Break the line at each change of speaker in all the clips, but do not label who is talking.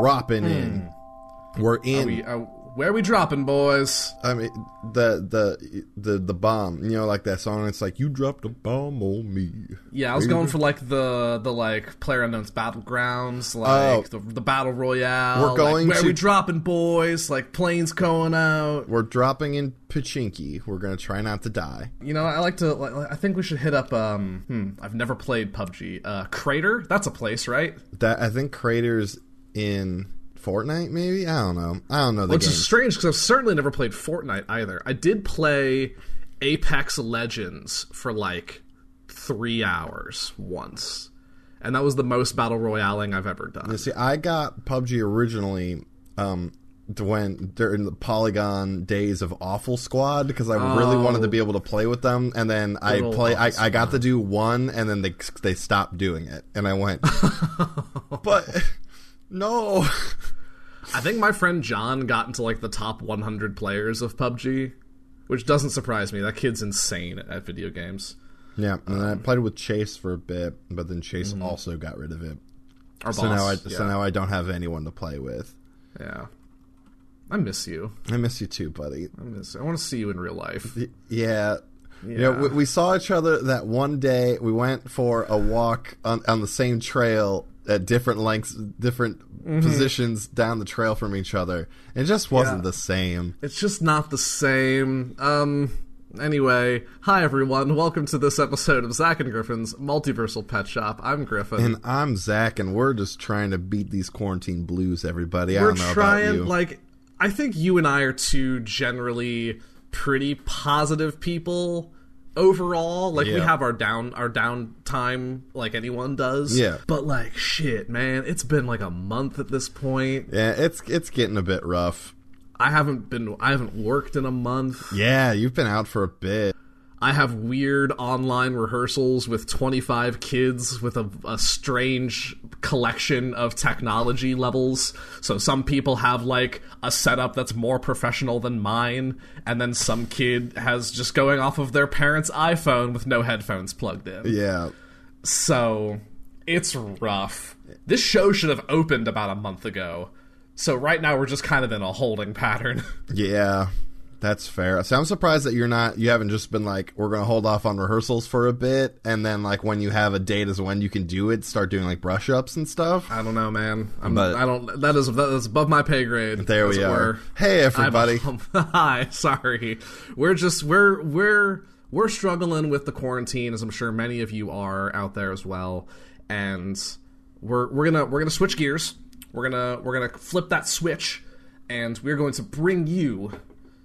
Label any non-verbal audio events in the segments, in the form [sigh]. Dropping in. We're
Hmm. Are
in.
we, are, where are we dropping, boys?
I mean the the the the bomb. You know, like that song. It's like you dropped a bomb on me.
Yeah, I was going for like the the like player unknown's battlegrounds, like the, the battle royale.
Oh. We're
like,
going
where
to-
we dropping, boys? Like planes going out.
We're dropping in Pachinki. We're gonna try not to die.
You know, I like to. Like, like- I think we should hit up. Um, hmm, I've never played PUBG. Uh, Crater. That's a place, right?
That I think craters in Fortnite. Maybe I don't know. I don't know the
Which
game.
is strange because I've certainly never played Fortnite either. I did play Apex Legends for like three hours once, and that was the most battle royaling I've ever done.
See, I got PUBG originally um, when during the Polygon days of Awful Squad because I really wanted to be able to play with them, and then I
Oh. old
play. I,
Awful
I got to do one, and then they they stopped doing it, and I
[laughs]
went, but no.
I think my friend John got into like the top 100 players of PUBG, which doesn't surprise me. That kid's insane at, at video games.
Yeah, and then I played with Chase for a bit, but then Chase also got rid of it.
Our
So
boss.
now I
Mm-hmm. yeah.
so now I don't have anyone to play with.
yeah. I miss you.
I miss you too, buddy.
I miss. I want to see you in real life.
Yeah. You know, we, we saw each other that one day. We went for a walk on, on the same trail at different lengths, different
Mm-hmm.
positions down the trail from each other. It just wasn't
Yeah.
the same.
It's just not the same. Um. Anyway, hi everyone. Welcome to this episode of Zack and Griffin's Multiversal Pet Shop. I'm Griffin.
And I'm Zach, and we're just trying to beat these quarantine blues, everybody. I
we're
don't know about you.
trying like i think you and i are two generally pretty positive people overall like we
Yeah.
have our down our downtime like anyone does
Yeah.
but like shit man it's been like a month at this point
yeah, it's it's getting a bit rough.
i haven't been i haven't worked in a month
Yeah, you've been out for a bit.
i have weird online rehearsals with 25 kids with a, a strange collection of technology levels so some people have like a setup that's more professional than mine and then some kid has just going off of their parents iphone with no headphones plugged in
Yeah,
so it's rough this show should have opened about a month ago so right now we're just kind of in a holding pattern
yeah, that's fair. So I'm surprised that you're not. You haven't just been like, we're gonna hold off on rehearsals for a bit, and then like when you have a date is when you can do it. Start doing like brush ups and stuff.
I don't know, man. I'm,
But-
I don't. That is that is above my pay grade.
There
as
we
it
are.
were.
Hey
I'm-
everybody.
[laughs] um, hi. Sorry. We're just we're we're we're struggling with the quarantine, as I'm sure many of you are out there as well. And we're we're gonna we're gonna switch gears. We're gonna we're gonna flip that switch, and we're going to bring you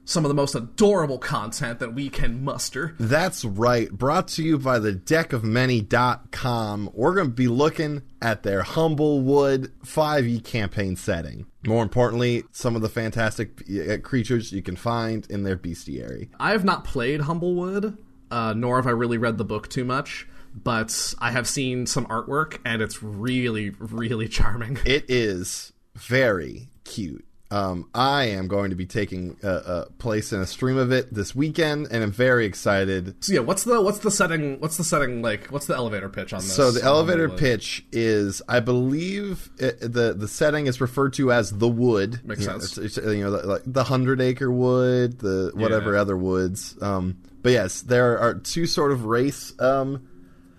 some of the most adorable content that we can muster.
That's right. Brought to you by the deck of many.com. We're going to be looking at their Humblewood 5e E campaign setting. More importantly, some of the fantastic uh, creatures you can find in their bestiary.
I have not played Humblewood, uh, nor have I really read the book too much, but I have seen some artwork, and it's really, really [laughs] charming.
It is very cute. Um, I am going to be taking a, a place in a stream of it this weekend, and I'm very excited.
So yeah, what's the what's the setting? What's the setting like? What's the elevator pitch on this?
So the
on
elevator
Humblewood?
pitch is, I believe, it, the the setting is referred to as the wood.
Makes
You know,
sense.
it's- it's, you know, the- like the hundred acre wood, the whatever
Yeah.
other woods. Um, but yes, there are two sort of race. Um,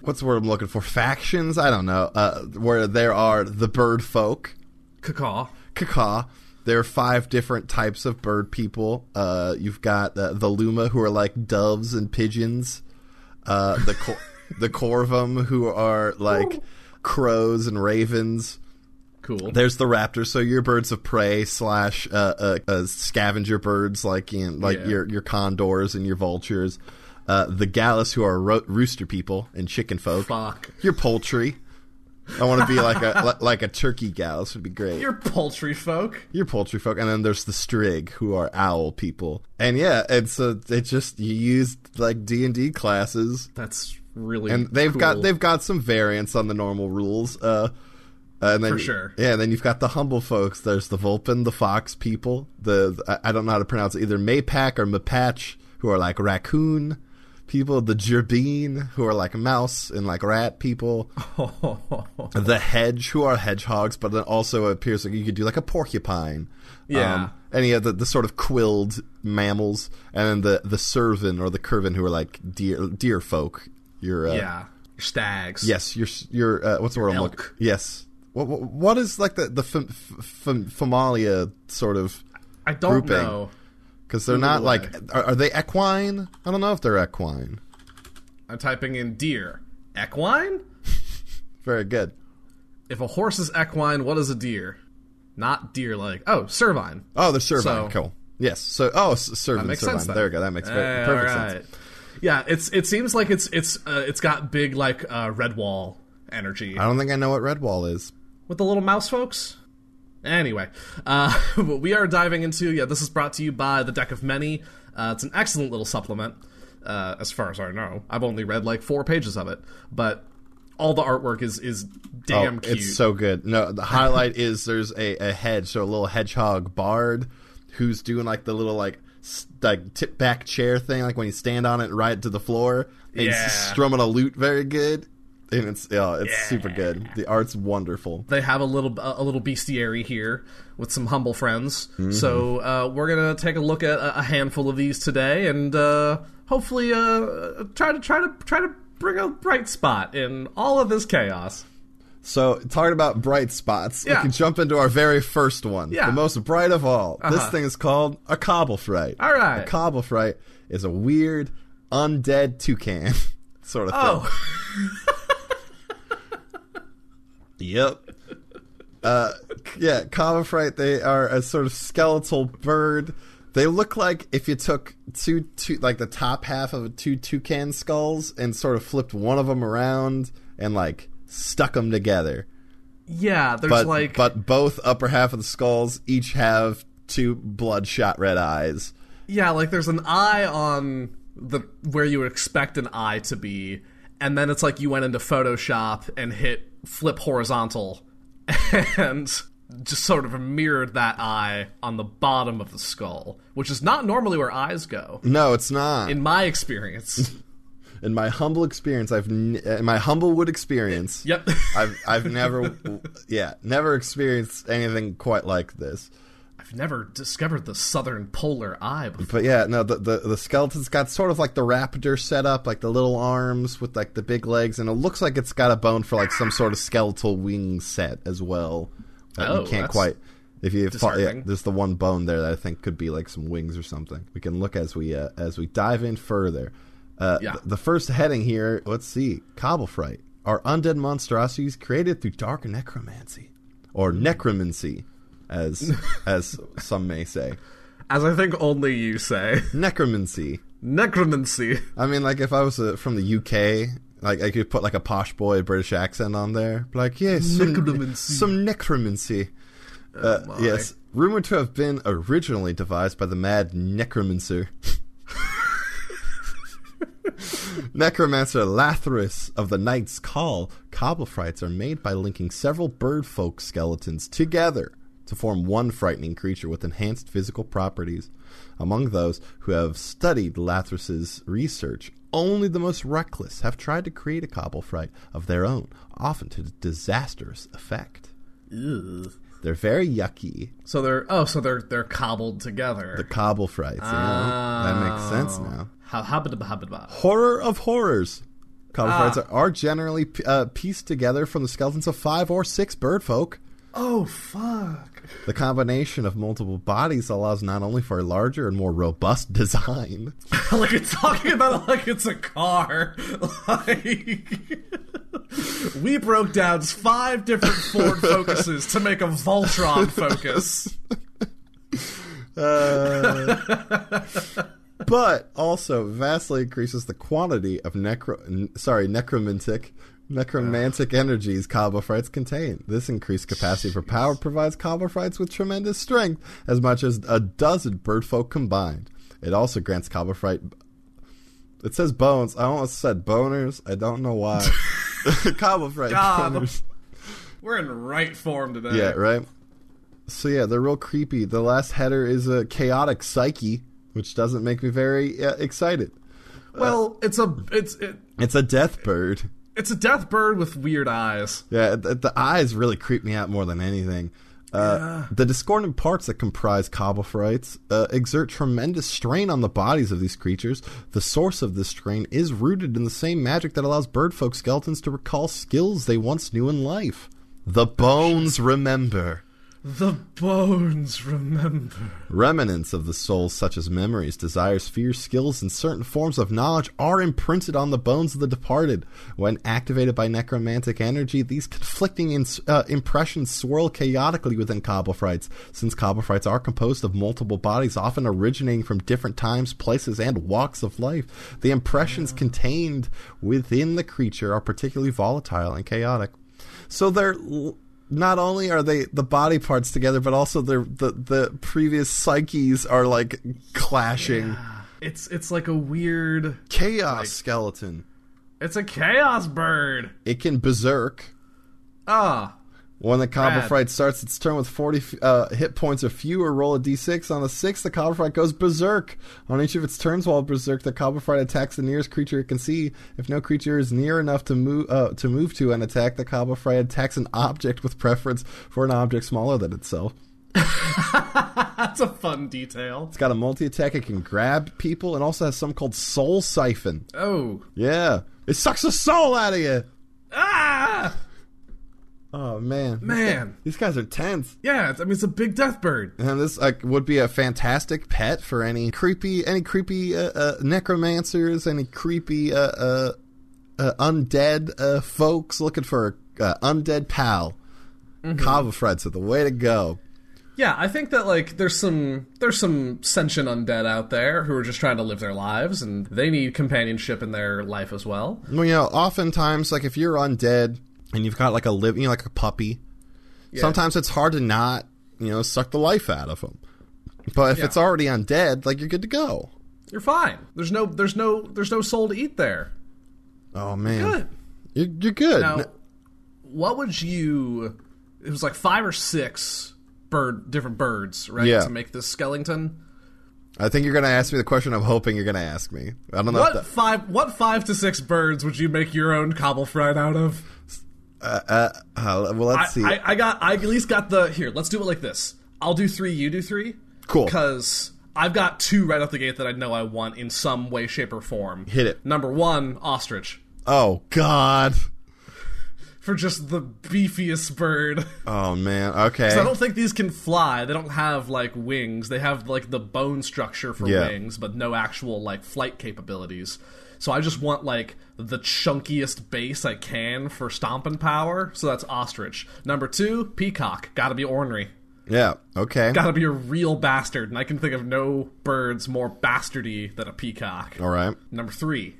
what's the word I'm looking for? Factions. I don't know. Uh, where there are the bird folk,
Cacaw.
Kaka. There are five different types of bird people. Uh, you've got uh, the Luma, who are like doves and pigeons. Uh, the
[laughs]
cor- the Corvum, who are like crows and ravens.
Cool.
There's the raptors, so your birds of prey slash uh, uh, uh, scavenger birds, like in like
Yeah.
your your condors and your vultures. uh, the Gallus, who are ro- rooster people and chicken folk.
Fuck.
You're poultry. I want to be like a [laughs] li- like a turkey Gallus would be great.
You're poultry folk.
You're poultry folk, and then there's the Strig, who are owl people. And yeah, and so it just you used like D and D classes,
That's really
and they've got
cool.
they've got some variants on the normal rules. Uh, and then
For sure.
yeah, and then you've got the humble folks. There's the Vulpin, the Fox people. The, the- I I don't know how to pronounce it either Maypack or Mapatch, who are like raccoon people. The Gerbine, who are like mouse and like rat
[laughs]
people. the hedge, who are hedgehogs, but then also appears like you could do like a porcupine.
Yeah.
and yeah, the, the sort of quilled mammals, and then the the servant or the curvin, who are like deer deer folk. Your uh,
yeah stags.
Yes, your your uh, what's the word I'm
elk.
looking? Yes. What, what what is like the the fam, fam, famalia sort of?
I don't
grouping.
know.
Because they're not
Ooh,
like are, are they equine? I don't know if they're equine.
I'm typing in deer. Equine?
Very good.
If a horse is equine, what is a deer? Not deer like. Oh, cervine.
Oh, they're servine.
So-
cool. Yes. So oh, s- servine.
makes
servine.
sense, then.
there we go. That makes per-
Eh,
perfect
all
sense.
right. Yeah, it's it seems like it's it's uh, it's got big like uh, red wall energy
I don't think I know what Redwall is.
with the little mouse folks. Anyway, uh, [laughs] what we are diving into, yeah, this is brought to you by the Deck of Many. Uh, it's an excellent little supplement, uh, as far as I know. I've only read like four pages of it, but all the artwork is is damn
Oh,
cute.
It's so good. No, the highlight [laughs] is there's a, a hedge, so a little hedgehog bard who's doing like the little like s- like tip back chair thing, like when you stand on it and ride it to the floor. And
Yeah.
he's strumming a lute very good. And it's oh, it's super good. The art's wonderful.
they have a little a little bestiary here with some humble friends.
Mm-hmm.
So uh, we're gonna take a look at a a handful of these today, and uh, hopefully uh, try to try to try to bring a bright spot in all of this chaos.
So talking about bright spots,
Yeah.
we can jump into our very first one.
Yeah. Uh-huh.
The most bright of all. This thing is called a cobble fright.
All right.
A cobble fright is a weird undead toucan [laughs] sort of thing.
Oh, [laughs]
Yep. Uh, yeah, Comifrite, they are a sort of skeletal bird. They look like if you took two, two, like the top half of two toucan skulls and sort of flipped one of them around and like stuck them together.
yeah. There's
But
like
but both upper half of the skulls each have two bloodshot red eyes.
yeah, like there's an eye on the where you would expect an eye to be, and then it's like you went into Photoshop and hit flip horizontal [laughs] and just sort of mirrored that eye on the bottom of the skull, which is not normally where eyes go.
No, it's not.
In
[laughs]
my experience.
in my humble experience, I've n- in my humble wood experience,
Yep.
I've I've never, yeah, never experienced anything quite like this.
I've never discovered the southern polar eye before.
But yeah, no, the, the the skeleton's got sort of like the raptor setup, like the little arms with like the big legs, and it looks like it's got a bone for like some sort of skeletal wing set as well. That
Oh,
you can't
that's
quite. If you fall, yeah,
disheartening.
there's the one bone there that I think could be like some wings or something. We can look as we uh, as we dive in further. Uh,
Yeah.
th- the first heading here, let's see, Cobble Fright are undead monstrosities created through dark necromancy, or necromancy,
[laughs]
as as some may say,
As I think only you say. [laughs]
necromancy.
Necromancy.
I mean, like if I was uh, from the UK, like I could put like a posh boy British accent on there, Be like yes, some
Necromancy.
some necromancy. Uh,
my.
yes, rumored to have been originally devised by the mad necromancer. [laughs] Necromancer Lathris of the Knight's Call, cobblefrights are made by linking several bird folk skeletons together to form one frightening creature with enhanced physical properties. Among those who have studied Lathris's research, only the most reckless have tried to create a cobblefright of their own, often to disastrous effect.
Ew.
They're very yucky,
So they're oh, so they're they're cobbled together.
the cobble frights. You know? That makes sense now.
How habba habba
Horror of horrors. Cobble frights are, are generally uh, pieced together from the skeletons of five or six bird folk.
Oh fuck. [laughs]
The combination of multiple bodies allows not only for a larger and more robust [laughs] design,
like it's talking about it like it's a car. [laughs] Like [laughs] we broke down five different Ford [laughs] focuses to make a [laughs] Voltron focus.
but also vastly increases the quantity of necro n- sorry necromantic necromantic energies cobblefrites contain. This increased capacity for power provides cobblefrites with tremendous strength, as much as a dozen birdfolk combined. It also grants cobblefrite. It says bones. I almost said boners. I don't know why. [laughs] cobblefrite
God.
boners.
We're in right form today.
Yeah, right. So yeah, they're real creepy. The last header is a chaotic psyche, which doesn't make me very uh, excited.
Well, it's a it's it,
It's a death bird.
it's a death bird with weird eyes.
Yeah, the, the eyes really creep me out more than anything. Uh, The discordant parts that comprise cobblefrites uh, exert tremendous strain on the bodies of these creatures. The source of this strain is rooted in the same magic that allows birdfolk skeletons to recall skills they once knew in life. The bones remember.
The bones remember.
Remnants of the soul, such as memories, desires, fears, skills, and certain forms of knowledge, are imprinted on the bones of the departed. When activated by necromantic energy, these conflicting ins- uh, impressions swirl chaotically within Cobblefrites. Since Cobblefrites are composed of multiple bodies, often originating from different times, places, and walks of life, the impressions contained within the creature are particularly volatile and chaotic. So they're l- not only are they the body parts together, but also their the the previous psyches are like clashing.
It's it's like a weird.
Chaos skeleton.
It's a chaos bird.
It can berserk.
Ah,
When the Cobblefright starts its turn with 40 f- uh, hit points or fewer, roll a d6. On a 6, the Cobblefright goes berserk. On each of its turns while berserk, the Cobblefright attacks the nearest creature it can see. If no creature is near enough to move, uh, to, move to an attack, the Cobblefright attacks an object with preference for an object smaller than itself.
that's a fun detail.
It's got a multi attack. It can grab people, and also has something called Soul Siphon.
Oh,
Yeah, it sucks the soul out of you.
ah,
Oh man,
man.
these guys are tense.
Yeah, it's- I mean it's a big death bird.
And this like would be a fantastic pet for any creepy, any creepy uh, uh, necromancers, any creepy uh, uh, uh, undead uh, folks looking for a uh, undead pal. Kava Fred's are the way to go.
Yeah, I think that like there's some there's some sentient undead out there who are just trying to live their lives and they need companionship in their life as well.
Well, you know, oftentimes, like if you're undead and you've got like a live, you know, like a puppy, sometimes it's hard to not, you know, suck the life out of them. But if
Yeah.
it's already undead, like you're good to go.
You're fine. There's no there's no there's no soul to eat there.
Oh man,
Good.
You're, you're good.
Now,
N-
what would you? It was like five or six bird, different birds, right?
Yeah.
To make this skeleton.
I think you're gonna ask me the question. I'm hoping you're gonna ask me. I don't know.
What
If
five? What five to six birds would you make your own cobble fried out of?
that, uh, uh, uh, well,
I,
let's see.
I, I got. I at least got the. Here, let's do it like this. I'll do three. You do three.
Cool.
Because I've got two right off the gate that I know I want in some way, shape, or form.
Hit it.
Number one, ostrich,
oh God.
for just the beefiest bird. [laughs]
Oh man. Okay.
So I don't think these can fly. They don't have like wings. They have like the bone structure for
Yeah.
wings, but no actual like flight capabilities. So I just want like the chunkiest base I can for stomping power. So that's ostrich. Number two, peacock. Got to be ornery.
yeah. Okay.
Got to be a real bastard, and I can think of no birds more bastardy than a peacock.
All right.
Number three,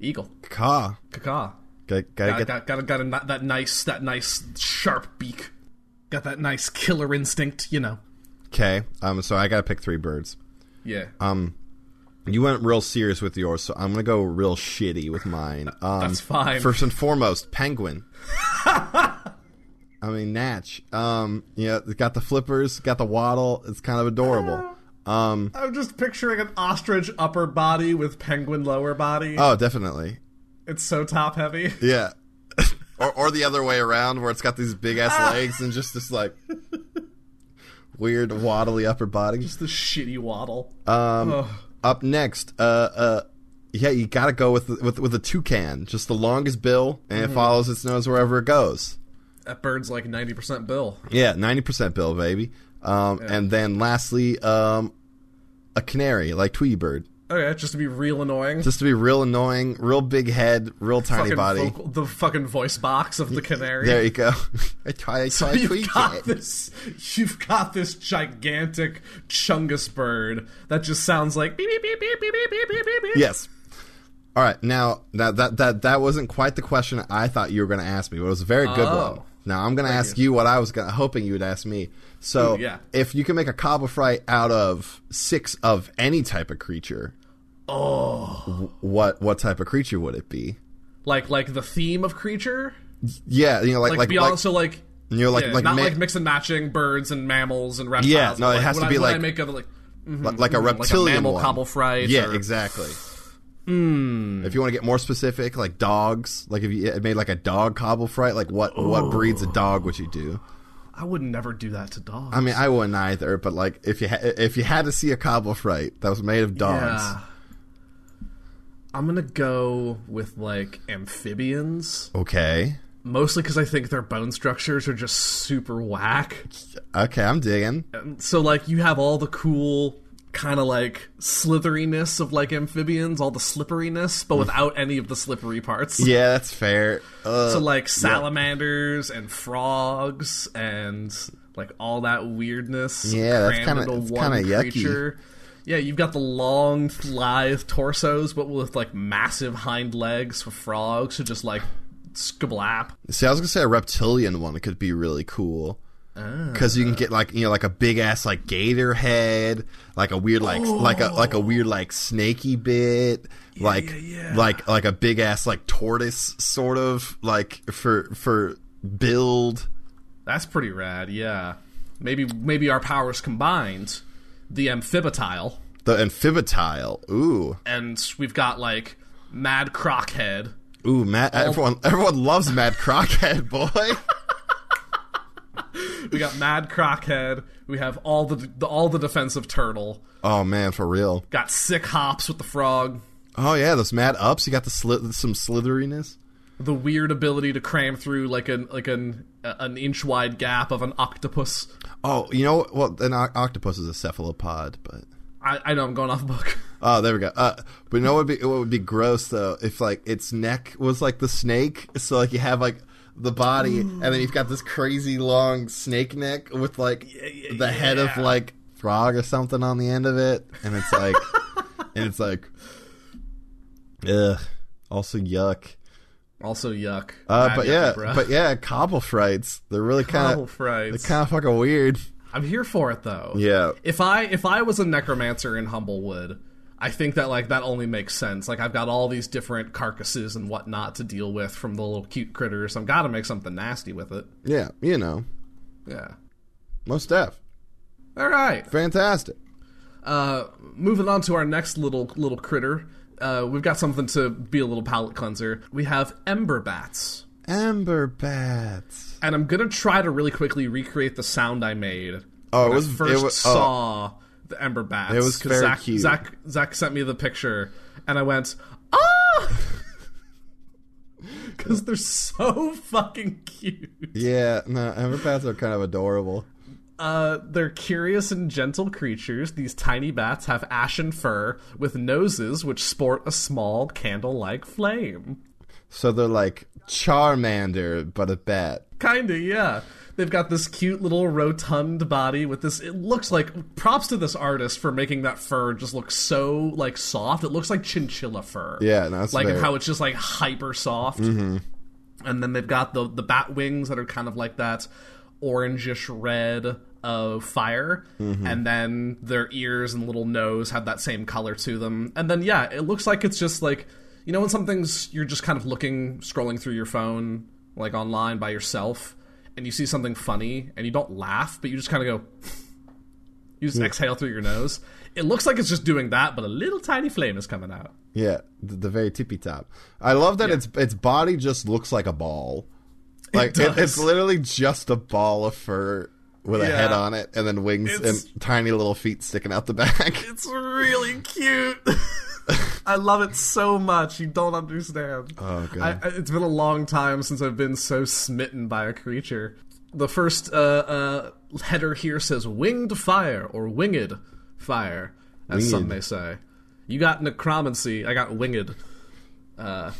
eagle.
Ka.
Caca.
Gotta, gotta
Got
get.
got got, got a, ni- that nice that nice sharp beak. Got that nice killer instinct, you know.
Okay. Um. So I gotta pick three birds.
Yeah.
Um, You went real serious with yours, so I'm gonna go real shitty with mine. Um, [laughs]
That's fine.
First and foremost, penguin. I mean, Natch. Um, you know, it's got the flippers, got the waddle. It's kind of adorable. Um,
I'm just picturing an ostrich upper body with penguin lower body.
oh, definitely.
it's so top heavy.
Yeah. [laughs] or, or the other way around, where it's got these big ass legs and just this like weird waddly upper body.
Just the shitty waddle.
Um,
Ugh.
up next, uh, uh, yeah, you gotta go with the, with with a toucan, just the longest bill, and it follows its nose wherever it goes.
That bird's like 90% bill.
Yeah, ninety percent bill, baby. Um, And then lastly, um, a canary, like Tweety Bird.
Okay, just to be real annoying.
Just to be real annoying, real big head, real tiny
Fucking
body.
vocal- the fucking voice box of the canary.
There you go. [laughs] I try, I try, tweak
you've got
it.
this. You've got this gigantic chungus bird that just sounds like beep beep beep beep beep beep beep beep beep. beep.
Yes. All right. Now, now that that that wasn't quite the question I thought you were going to ask me, but it was a very good
Oh.
one. Now I'm going to ask you. what I was gonna, hoping you would ask me. So,
Ooh, yeah.
if you can make a cobble fry out of six of any type of creature, oh, what what type of creature would it be?
Like like the theme of creature.
Yeah, you know, like
Like,
like,
be
like
also like
you know, like
yeah,
like,
not
ma-
like mix and matching birds and mammals and reptiles.
Yeah, no,
but
it
like,
has
what
to
I,
be
what I
like-
make of like mm-hmm,
like, like a reptilian
mammal
one.
cobble fright
Yeah,
or- Hmm.
exactly. If you want to get more specific, like dogs, like if you made like a dog cobble fright, like what what breeds of dog would you do?
I would never do that to dogs.
I mean, I wouldn't either, but like if you ha- if you had to see a cobble fright that was made of dogs,
Yeah. I'm gonna go with like amphibians,
okay,
mostly because I think their bone structures are just super whack.
okay, I'm digging.
So like you have all the cool kind of like slitheriness of like amphibians, all the slipperiness, but without any of the slippery parts.
Mm. Yeah, that's fair. Uh,
So like salamanders and frogs and like all that weirdness.
Yeah, that's
crammed
kinda-
into
it's
one
kinda yucky.
creature. Yeah, you've got the long, lithe torsos, but with like massive hind legs for frogs who just like skablap.
see, I was gonna say a reptilian one could be really cool because you can get like you know like a big ass like gator head, like a weird like like a like a weird like snaky bit, like
yeah, yeah.
like like a big ass like tortoise sort of like for for build.
That's pretty rad. Yeah, maybe maybe our powers combined, the amphibitile,
The amphibitile, ooh,
and we've got like mad croc head.
ooh, Matt. Everyone, everyone loves Matt Crockhead, boy.
We got mad croc head. We have all the, the all the defensive turtle.
Oh man, for real.
Got sick hops with the frog.
Oh yeah, those mad ups. You got the sli- some slitheriness.
The weird ability to cram through like an like an uh, an inch wide gap of an octopus.
Oh, you know, well, an o- octopus is a cephalopod, but
I, I know I'm going off book.
oh, there we go. Uh, but you know what would be what would be gross though if like its neck was like the snake. So like you have like the body,
Mm.
and then you've got this crazy long snake neck with like
yeah,
the head of
yeah.
like frog or something on the end of it, and it's like,
[laughs]
and it's like, ugh. Also yuck.
Also yuck.
Uh,
Bad
but
yucky
yeah,
breath.
but yeah, cobble frights. They're really kind
Cobble
of
frights.
It's kind of fucking weird.
I'm here for it though.
Yeah.
If I if I was a necromancer in Humblewood, I think that like that only makes sense. Like I've got all these different carcasses and whatnot to deal with from the little cute critters. I've got to make something nasty with it.
Yeah. You know,
Yeah.
most def.
All right.
Fantastic.
Uh, moving on to our next little little critter. Uh, we've got something to be a little palate cleanser. We have ember bats.
Amber bats.
And I'm gonna try to really quickly recreate the sound I made.
Oh, it
when I
was- it
first
was- oh.
saw the ember bats. It
was very
Zach,
cute.
Zach Zach sent me the picture, and I went, ah, [laughs] because they're so fucking cute.
Yeah. No, amber bats are kind of adorable.
Uh, they're curious and gentle creatures. These tiny bats have ashen fur with noses which sport a small candle-like flame.
So they're like Charmander, but a bat.
Kinda, yeah. They've got this cute little rotund body with this. It looks like props to this artist for making that fur just look so like soft. It looks like chinchilla fur.
Yeah. No, that's
like
very- Mm-hmm.
how it's just like hyper soft. And then they've got the the bat wings that are kind of like that orangish red of fire, and then their ears and little nose have that same color to them. And then yeah, it looks like it's just like you know when something's you're just kind of looking scrolling through your phone like online by yourself, and you see something funny and you don't laugh, but you just kind of go. [laughs] You just exhale through your nose. It looks like it's just doing that, but a little tiny flame is coming out.
Yeah. The, the very tippy top. I love that its its body just looks like a ball. Like it
does.
it's literally just a ball of fur with a
Yeah.
head on it, and then wings
It's-
and tiny little feet sticking out the back.
It's really cute. [laughs] I love it so much. You don't understand.
Oh, God.
I, I- it's been a long time since I've been so smitten by a creature. The first uh, uh, header here says winged fire or winged fire, as some
Winged.
may say. You got necromancy. I got winged. Uh,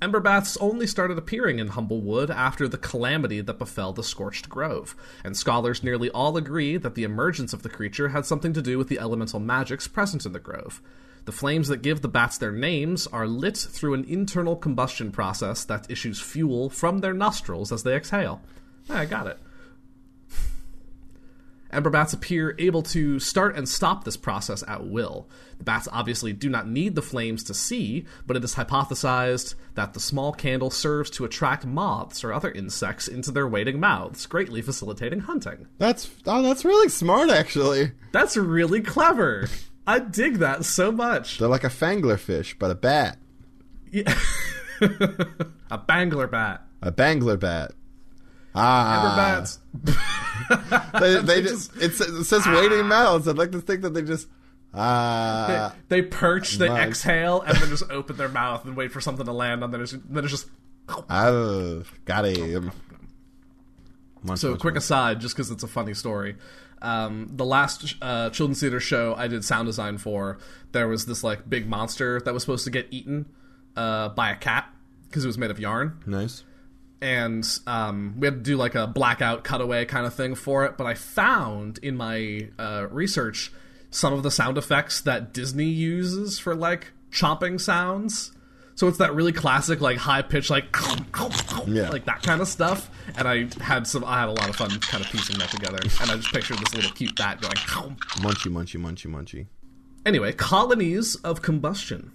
Ember Baths only started appearing in Humblewood after the calamity that befell the Scorched Grove, and scholars nearly all agree that the emergence of the creature had something to do with the elemental magics present in the grove. The flames that give the bats their names are lit through an internal combustion process that issues fuel from their nostrils as they exhale. Ah, I got it. Ember bats appear able to start and stop this process at will. The bats obviously do not need the flames to see, but it is hypothesized that the small candle serves to attract moths or other insects into their waiting mouths, greatly facilitating hunting.
[laughs] That's oh, that's really smart, actually.
That's really clever. I dig that so much.
They're like a fangler fish, but a bat,
Yeah. A bangler bat.
a bangler bat. Ah,
Ember bats. [laughs]
They, they just, it says, it says waiting mouths. I'd like to think that they just
[laughs]
ah.
They perch, they
nice.
exhale, and then just open their mouth and wait for something to land, and then it's, then it's just
Oh, got him. Munch,
So,
munch,
quick
munch.
aside, just because it's a funny story. Um, the last uh, children's theater show I did sound design for, there was this like big monster that was supposed to get eaten uh, by a cat because it was made of yarn,
Nice.
and um, we had to do like a blackout cutaway kind of thing for it. But I found in my uh, research some of the sound effects that Disney uses for like chomping sounds. So it's that really classic, like high pitch, like
Yeah.
like that kind of stuff. And I had some, I had a lot of fun kind of piecing that together. And I just pictured this little cute bat going.
Munchy, munchy, munchy, munchy.
Anyway, colonies of combustion.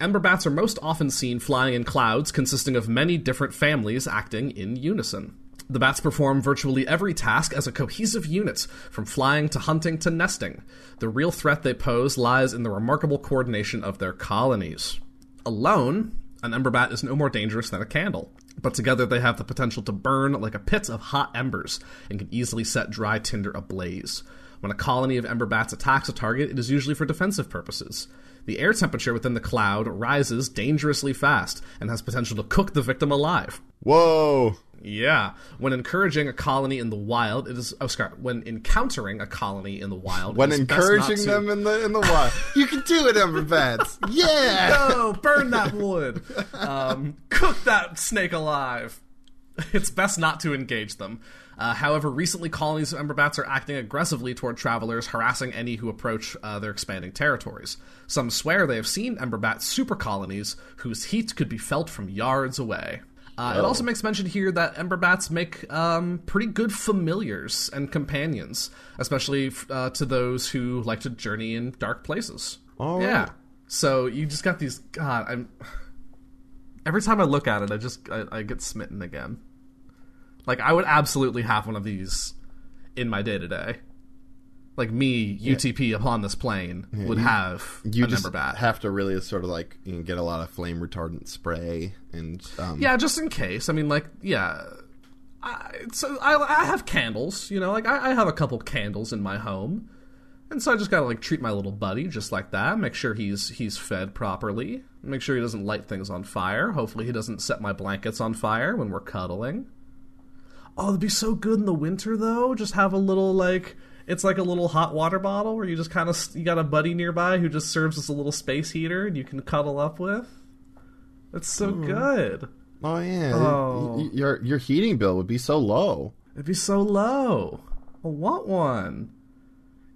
Ember bats are most often seen flying in clouds consisting of many different families acting in unison. The bats perform virtually every task as a cohesive unit, from flying to hunting to nesting. The real threat they pose lies in the remarkable coordination of their colonies. Alone, an ember bat is no more dangerous than a candle, but together they have the potential to burn like a pit of hot embers and can easily set dry tinder ablaze. When a colony of ember bats attacks a target, it is usually for defensive purposes. The air temperature within the cloud rises dangerously fast and has potential to cook the victim alive.
Whoa.
Yeah, when encouraging a colony in the wild, it is oh, sorry, when encountering a colony in the wild,
When
it is best not
encouraging
to-
them in the in the
[laughs]
wild, you can do it, Ember Bats. [laughs] Yeah.
Go burn that wood. Um, cook that snake alive. It's best not to engage them. Uh, however, recently colonies of emberbats are acting aggressively toward travelers, harassing any who approach uh, their expanding territories. Some swear they have seen emberbat super colonies whose heat could be felt from yards away. Uh, It also makes mention here that emberbats make um, pretty good familiars and companions, especially f- uh, to those who like to journey in dark places.
All
yeah.
right.
So you just got these. God, I'm. Every time I look at it, I just I, I get smitten again. Like I would absolutely have one of these in my day to day. Like me, UTP upon this plane would have
You
a
just
number bat.
have to really sort of like you know, get a lot of flame retardant spray and um,
yeah, just in case. I mean, like yeah. I, so I, I have candles, you know, like I, I have a couple candles in my home, and so I just gotta like treat my little buddy just like that. Make sure he's he's fed properly. Make sure he doesn't light things on fire. Hopefully, he doesn't set my blankets on fire when we're cuddling. Oh, it'd be so good in the winter though. Just have a little like it's like a little hot water bottle where you just kind of you got a buddy nearby who just serves as a little space heater and you can cuddle up with. That's so good.
Oh yeah.
Oh.
Y- y- your your heating bill would be so low.
It'd be so low. I want one.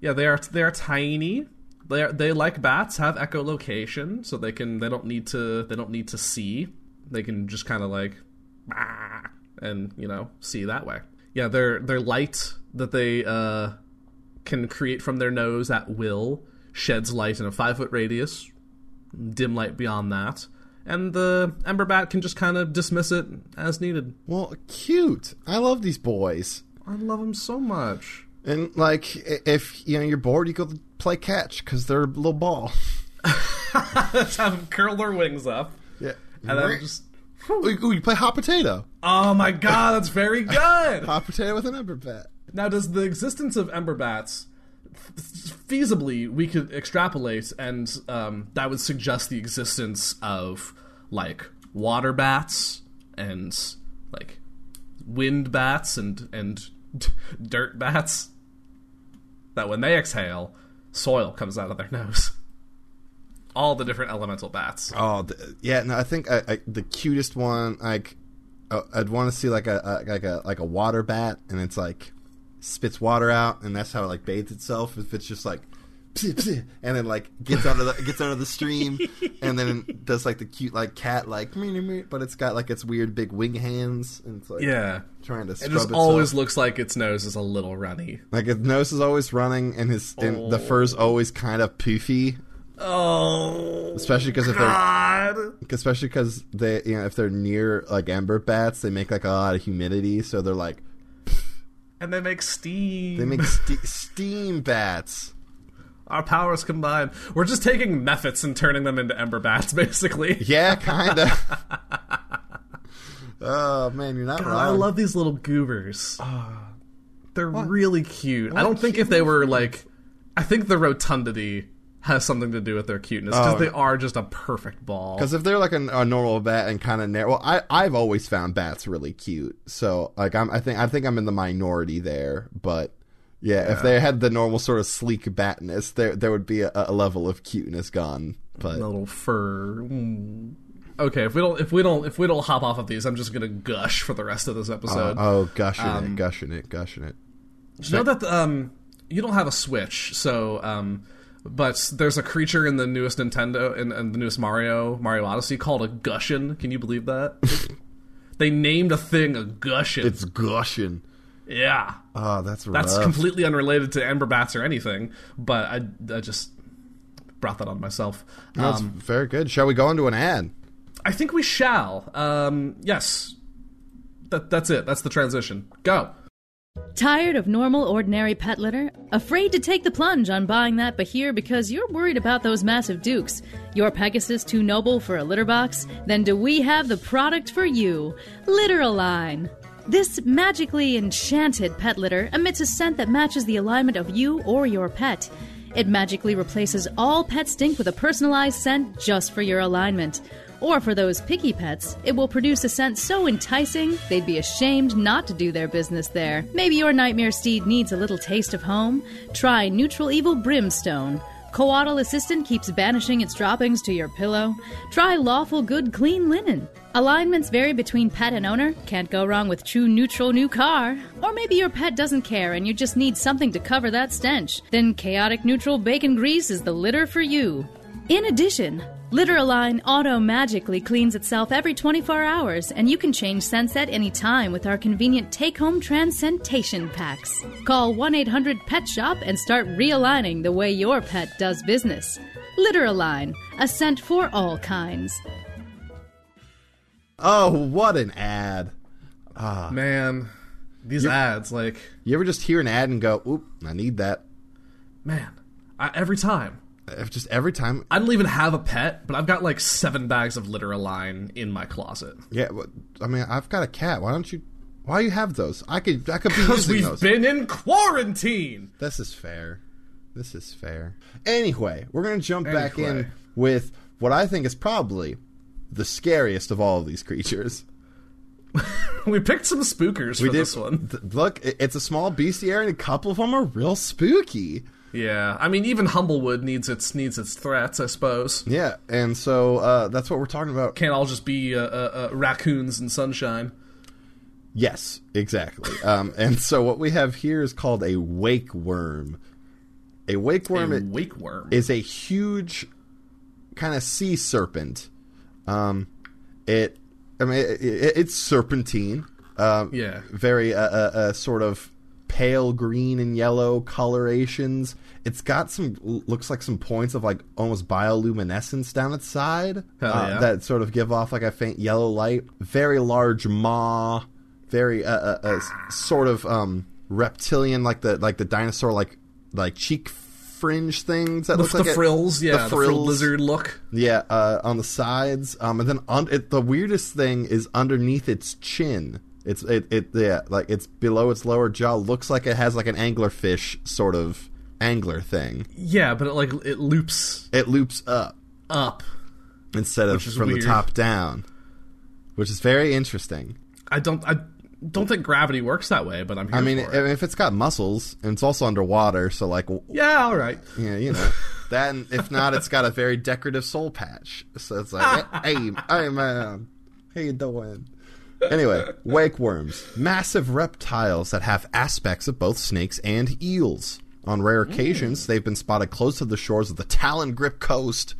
Yeah, they are they are tiny. They are, they like bats have echolocation, so they can they don't need to they don't need to see. They can just kind of like "Ah," and you know see that way. Yeah, their their light that they uh, can create from their nose at will sheds light in a five foot radius, dim light beyond that, and the ember bat can just kind of dismiss it as needed.
Well, cute. I love these boys.
I love them so much.
And like, i- if you know you're bored, you go play catch because they're a little ball.
Let's [laughs] have them curl their wings up,
Yeah. [laughs]
and then just.
Ooh, ooh, you play hot potato.
Oh my god, that's
[laughs]
very good.
Hot potato with an ember bat.
now, does the existence of ember bats f- feasibly we could extrapolate, and um, that would suggest the existence of like water bats and like wind bats and and [laughs] dirt bats. That when they exhale, soil comes out of their nose. all the different elemental bats.
Oh the, yeah, no, I think I, I, the cutest one like uh, I'd want to see like a, a like a like a water bat, and it's like spits water out, and that's how it like bathes itself. If it's just like. psi, psi, And then like gets out of the gets out of the stream, and then does like the cute like cat like, meow, meow, meow, but it's got like its weird big wing hands, and it's like
Yeah.
trying to
It
scrub
just
itself.
always looks like its nose is a little runny.
Like his nose is always running, and his and the
Oh.
fur's always kind of poofy,
Oh,
especially because if
[laughs]
they're
God.
especially because they you know if they're near like ember bats, they make like a lot of humidity, so they're like
And they make steam. [laughs]
they make ste- steam bats.
Our powers combined. We're just taking mephits and turning them into ember bats, [laughs] basically.
Yeah, kind
[laughs]
of. oh man, you're not
God,
wrong.
I love these little goobers. they're really cute. I don't think if they were like, I think the rotundity has something to do with their cuteness because
Oh.
they are just a perfect ball.
Because if they're like a, a normal bat and kind of narrow, well, I I've always found bats really cute. So like I'm I think I think I'm in the minority there, but yeah, if they had the normal sort of sleek batness, there there would be a, a level of cuteness gone. But
The little fur. Mm. Okay, if we don't, if we don't, if we don't hop off of these, I'm just gonna gush for the rest of this episode.
oh, gushing
um,
it, gushing it, gushing it.
you know that um, you don't have a Switch, so um, but there's a creature in the newest Nintendo and the newest Mario Mario Odyssey called a Gushin. Can you believe that? they named a thing a Gushin.
It's gushing.
yeah.
Oh, that's
That's
rough.
completely unrelated to Ember Bats or anything, but I, I just brought that on myself.
That's
Um,
very good. Shall we go into an ad?
I think we shall. Um, yes. That, that's it. That's the transition. Go.
Tired of normal, ordinary pet litter? Afraid to take the plunge on buying that Bahir because you're worried about those massive dukes? Your Pegasus too noble for a litter box? Then do we have the product for you? Literaline. This magically enchanted pet litter emits a scent that matches the alignment of you or your pet. It magically replaces all pet stink with a personalized scent just for your alignment. Or for those picky pets, it will produce a scent so enticing they'd be ashamed not to do their business there. Maybe your nightmare steed needs a little taste of home? Try Neutral Evil Brimstone. Coatl Assistant keeps banishing its droppings to your pillow. Try Lawful Good Clean Linen. Alignments vary between pet and owner. Can't go wrong with true neutral new car. Or maybe your pet doesn't care and you just need something to cover that stench. Then chaotic neutral bacon grease is the litter for you. In addition, Literaline auto magically cleans itself every 24 hours, and you can change scents at any time with our convenient take home transcentation packs. Call 1 800 Pet Shop and start realigning the way your pet does business. Literaline, a scent for all kinds.
Oh, what an ad!
Man, these ads, like,
You ever just hear an ad and go, "Oop, I need that."
man, I, every time.
If Just every time
I don't even have a pet, but I've got like seven bags of Literaline in my closet.
Yeah, well, I mean, I've got a cat. Why don't you? Why you have those? I could. I could
[laughs]
be
Because
using
we've
those.
been in quarantine!
This is fair. This is fair. Anyway, we're gonna jump back in
Anyway.
with what I think is probably the scariest of all of these creatures.
[laughs] We picked some spookers for
did-
[laughs] this one.
th- look, it- it's a small bestiary, and a couple of them are real spooky.
Yeah, I mean, even Humblewood needs its needs its threats, I suppose.
Yeah, and so uh, that's what we're talking about.
Can't all just be uh, uh, uh, raccoons and sunshine.
Yes, exactly. um, and so what we have here is called a wake worm. A wake worm.
A
it-
wake worm.
is a huge kind of sea serpent. Um, it, I mean, it, it, it's serpentine. Um,
Yeah.
Very uh, uh, uh, sort of pale green and yellow colorations. It's got some looks like some points of like almost bioluminescence down its side
Hell
uh,
yeah.
that sort of give off like a faint yellow light. Very large maw. Very uh, uh, uh, s- sort of um, reptilian, like the like the dinosaur, like like cheek fringe things that
the,
looks like
the
it-
frills, yeah, the, frill
frills.
lizard look.
Yeah, uh, on the sides, um, and then on it, the weirdest thing is underneath its chin. It's it, it yeah, like it's below its lower jaw. Looks like it has like an anglerfish sort of angler thing.
Yeah, but it like it loops
It loops up
up.
instead of
Which is
from
weird.
the top down, which is very interesting.
I don't I don't think gravity works that way, but I'm here
I mean,
for it.
if it's got muscles and it's also underwater, so like, w-
yeah, all right.
yeah, you know, That, and if not, it's got a very decorative soul patch. So it's like, hey, hey, man, how you doing? Anyway, wake worms, massive reptiles that have aspects of both snakes and eels. On rare occasions, they've been spotted close to the shores of the Talon Grip Coast,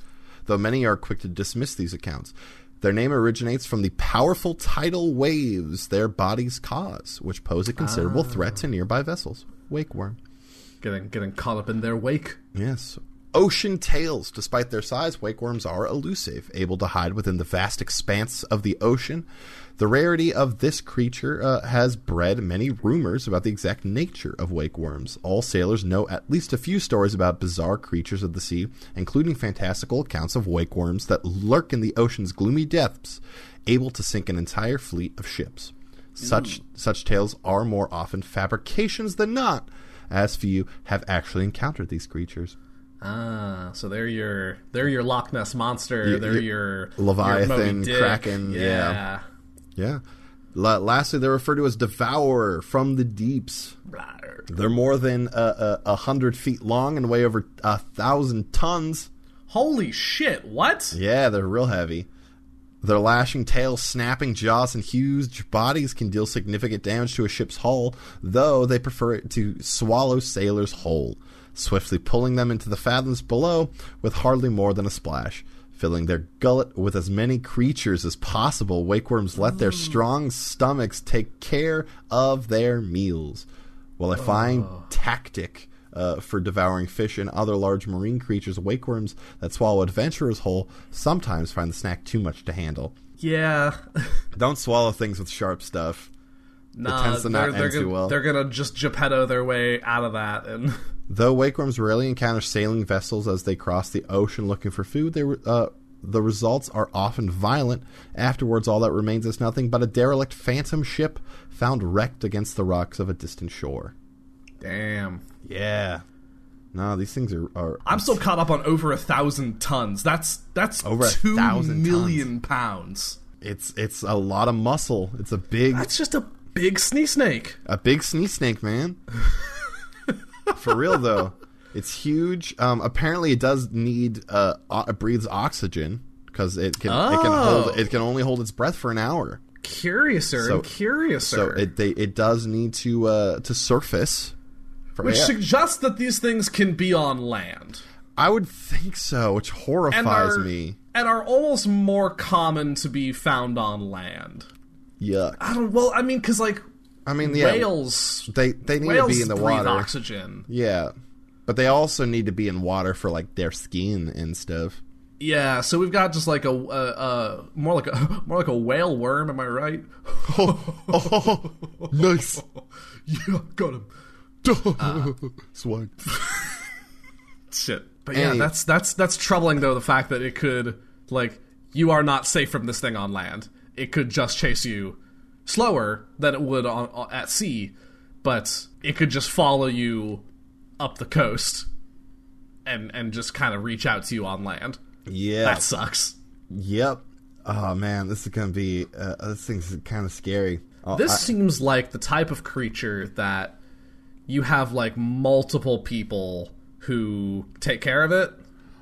though many are quick to dismiss these accounts. Their name originates from the powerful tidal waves their bodies cause, which pose a considerable threat to nearby vessels. Wake worm.
Getting getting caught up in their wake.
Yes. Ocean tails. Despite their size, wake worms are elusive, able to hide within the vast expanse of the ocean. The rarity of this creature uh, has bred many rumors about the exact nature of wake worms. All sailors know at least a few stories about bizarre creatures of the sea, including fantastical accounts of wake worms that lurk in the ocean's gloomy depths, able to sink an entire fleet of ships. Such such tales are more often fabrications than not, as few have actually encountered these creatures.
Ah, so they're your they're your Loch Ness monster.
Y-
they're
y-
your your
Leviathan,
Moby Dick.
Kraken, yeah. Yeah. La- lastly, they're referred to as devourer from the deeps.
Rawr.
They're more than uh, a hundred feet long and weigh over a thousand tons.
Holy shit! What?
Yeah, they're real heavy. Their lashing tails, snapping jaws, and huge bodies can deal significant damage to a ship's hull, though they prefer it to swallow sailors whole, swiftly pulling them into the fathoms below with hardly more than a splash. Filling their gullet with as many creatures as possible, wakeworms let their strong stomachs take care of their meals. While a fine tactic uh, for devouring fish and other large marine creatures, wakeworms that swallow adventurers whole sometimes find the snack too much to handle. [laughs]
Yeah.
Don't swallow things with sharp stuff.
Nah,
tends to not
they're, they're
end too
gonna,
well.
They're gonna just Geppetto their way out of that, and [laughs]
Though wakeworms rarely encounter sailing vessels as they cross the ocean looking for food, they, re- uh, the results are often violent. Afterwards, all that remains is nothing but a derelict phantom ship found wrecked against the rocks of a distant shore.
damn.
Yeah. No, these things are. are
I'm still caught up on over a thousand tons. That's that's
Over a
two
thousand
million pounds.
it's it's a lot of muscle. It's a big
That's just a big snee snake.
A big snee snake,
[laughs]
man. For real though, it's huge. Um, apparently, it does need uh, o- it breathes oxygen because it can it can hold
Oh.
it can only hold its breath for an hour.
Curiouser
So-
and curiouser.
So it they, it does need to uh, to surface. For
which
air.
suggests that these things can be on land.
I would think so, which
And
horrifies
are,
me.
and are almost more common to be found on land.
Yuck.
I don't well, I mean, because like
I mean, yeah,
whales,
they they need to
whales
be in the
breathe
water.
oxygen.
Yeah, but they also need to be in water for like their skin and
[laughs]
stuff.
Yeah, so we've got just like a uh, uh, more like a [laughs] more like a whale worm. Am I right? [laughs]
oh, [laughs] nice.
yeah, got him.
Uh, Swag.
Shit. But yeah,
Hey.
that's that's that's troubling though. The fact that it could like you are not safe from this thing on land. It could just chase you slower than it would on, on at sea, but it could just follow you up the coast and and just kind of reach out to you on land.
Yeah.
That sucks.
Yep. Oh man, this is gonna be. Uh, this thing's kind of scary. Oh,
This seems like the type of creature that you have like multiple people who take care of it.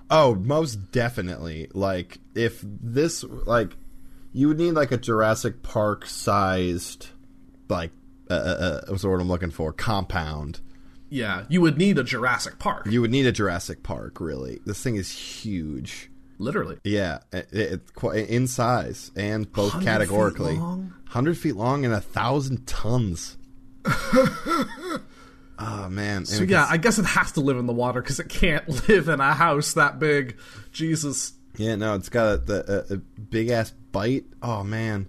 oh, most definitely. Like, if this, like, you would need like a Jurassic Park sized, like, uh, uh, uh, what's the word I'm looking for? Compound.
Yeah, you would need a Jurassic Park,
You would need a Jurassic Park, really. This thing is huge.
literally.
Yeah, it, it, qu- in size and both
100 feet
categorically.
long?
Hundred feet long and a thousand
[laughs]
tons. oh man! And
So
it
yeah,
gets-
I guess it has to live in the water because it can't [laughs] live in a house that big. Jesus.
yeah. No, it's got a, the, a, a big ass bite. Oh man,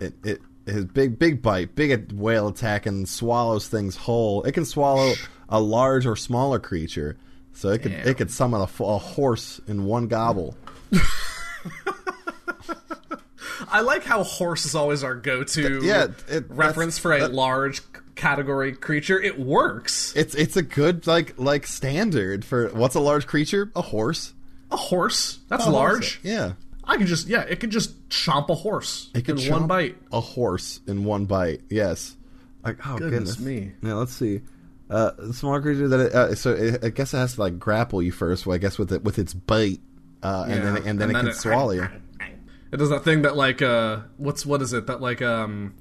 it it it has big big bite, big whale attack, and swallows things whole. It can swallow a large or smaller creature, so it could
Damn.
it could summon a, f- a horse in one gobble.
I like how horse is always our go-to
yeah, it-
reference
that's-
for a
that-
large c- category creature. It works.
It's it's a good like like standard for what's a large creature? A horse.
a horse that's large.
Yeah.
I could just yeah, it could just chomp a horse
It could
in one
chomp
bite.
A horse in one bite. Yes. Like, oh goodness,
me.
Yeah, let's see. Uh, small creature that it, uh, so it, I guess it has to like grapple you first. Well, I guess with it with its bite, uh, and then
Yeah,
and then it can swallow you.
It does that thing that like uh what's what is it that like um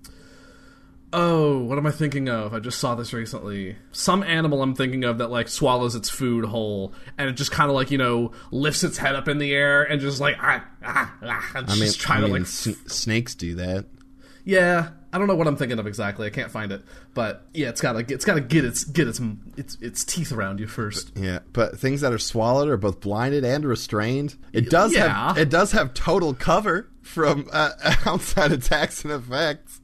oh what am I thinking of? I just saw this recently. Some animal I'm thinking of that like swallows its food whole and it just kind of like you know lifts its head up in the air and just like ah ah, ah and
I mean,
just trying
I mean,
to like
sn- snakes do that.
yeah. I don't know what I'm thinking of exactly. I can't find it, but yeah, it's gotta it's gotta get its get its its its teeth around you first.
Yeah, but things that are swallowed are both blinded and restrained. It does have
Yeah.
it does have total cover from uh, [laughs] outside attacks and effects.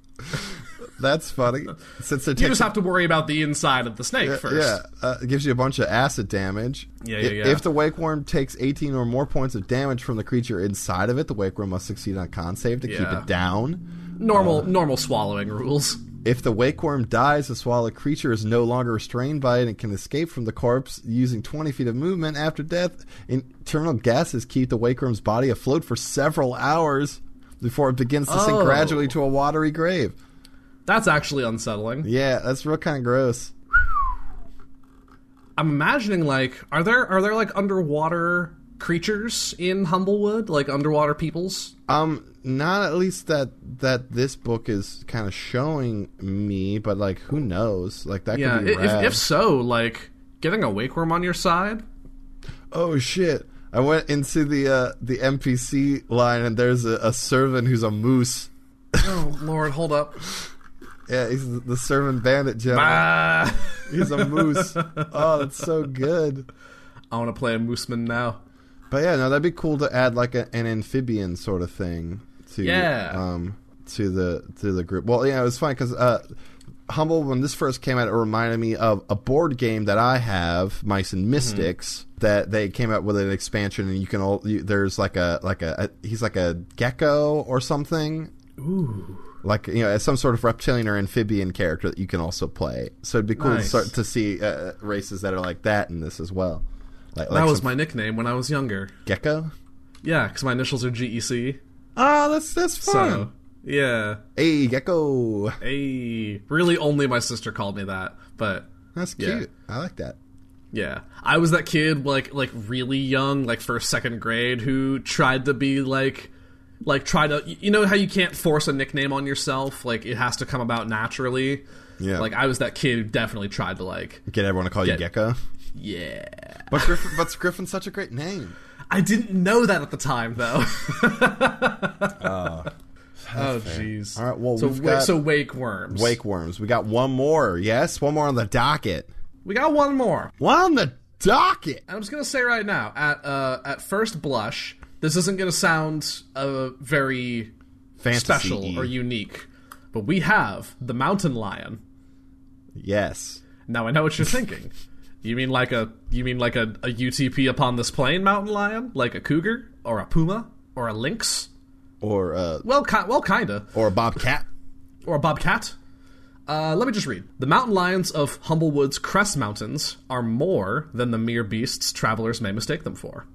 That's funny. Since it
You
takes
just have to worry about the inside of the snake first.
yeah, uh, it gives you a bunch of acid damage.
Yeah,
I-
yeah, yeah.
If the wake worm takes 18 or more points of damage from the creature inside of it, the wake worm must succeed on a con save to keep
Yeah.
it down.
Normal normal swallowing rules.
If the wake worm dies, the swallowed creature is no longer restrained by it and can escape from the corpse using 20 feet of movement after death. Internal gases keep the wake worm's body afloat for several hours before it begins to sink
Oh.
gradually to a watery grave.
That's actually unsettling.
Yeah, that's real kind of gross.
I'm imagining like are there are there like underwater creatures in Humblewood, like underwater peoples?
Um, not at least that that this book is kind of showing me, but like who knows? Like that
Yeah.
could be
i- If,
rad.
if so, like getting a wake worm on your side.
oh shit! I went into the uh, the NPC line and there's a, a servant who's a moose.
[laughs] Oh Lord, hold up.
Yeah, he's the servant bandit general.
Ah,
He's a [laughs] moose. oh, that's so good.
I want to play a mooseman now.
But yeah, no, that'd be cool to add like a, an amphibian sort of thing to
Yeah.
um to the to the group. Well, yeah, it was fun because uh, humble when this first came out, it reminded me of a board game that I have, Mice
Mm-hmm.
and Mystics, that they came out with an expansion, and you can all you, there's like a like a, a he's like a gecko or something. Like you know, as some sort of reptilian or amphibian character that you can also play. So it'd be cool to,
Nice.
start to see uh, races that are like that in this as well. Like, like
That was
some
my nickname when I was younger.
gecko.
Yeah, because my initials are GEC. Ah,
Oh, that's that's fun.
So yeah,
Hey, gecko.
hey, really only my sister called me that, but
That's
Yeah.
cute. I like that.
Yeah, I was that kid, like like really young, like first second grade, who tried to be like, like try to you know how you can't force a nickname on yourself, like it has to come about naturally.
Yeah.
Like I was that kid who definitely tried to like,
Get everyone to call you
Yeah.
gecko.
yeah.
But Griffin, but Griffin's such a great name.
I didn't know that at the time though. [laughs] oh jeez.
Ah. All right, well,
so
we've
wa-
got-
so wake worms.
Wake worms. We got one more. Yes, one more on the docket.
We got one more.
One on the docket.
I'm just gonna say right now, at uh, at first blush, this isn't gonna sound uh, very
Fantasy.
special or unique. But we have the mountain lion.
Yes.
Now I know what you're thinking. You mean like a you mean like a, a UTP upon this plane mountain lion, like a cougar or a puma or a lynx?
Or uh,
Well, ki- well, kinda
or a bobcat.
or a bobcat. Uh, let me just read. The mountain lions of Humblewood's Crest Mountains are more than the mere beasts travelers may mistake them for.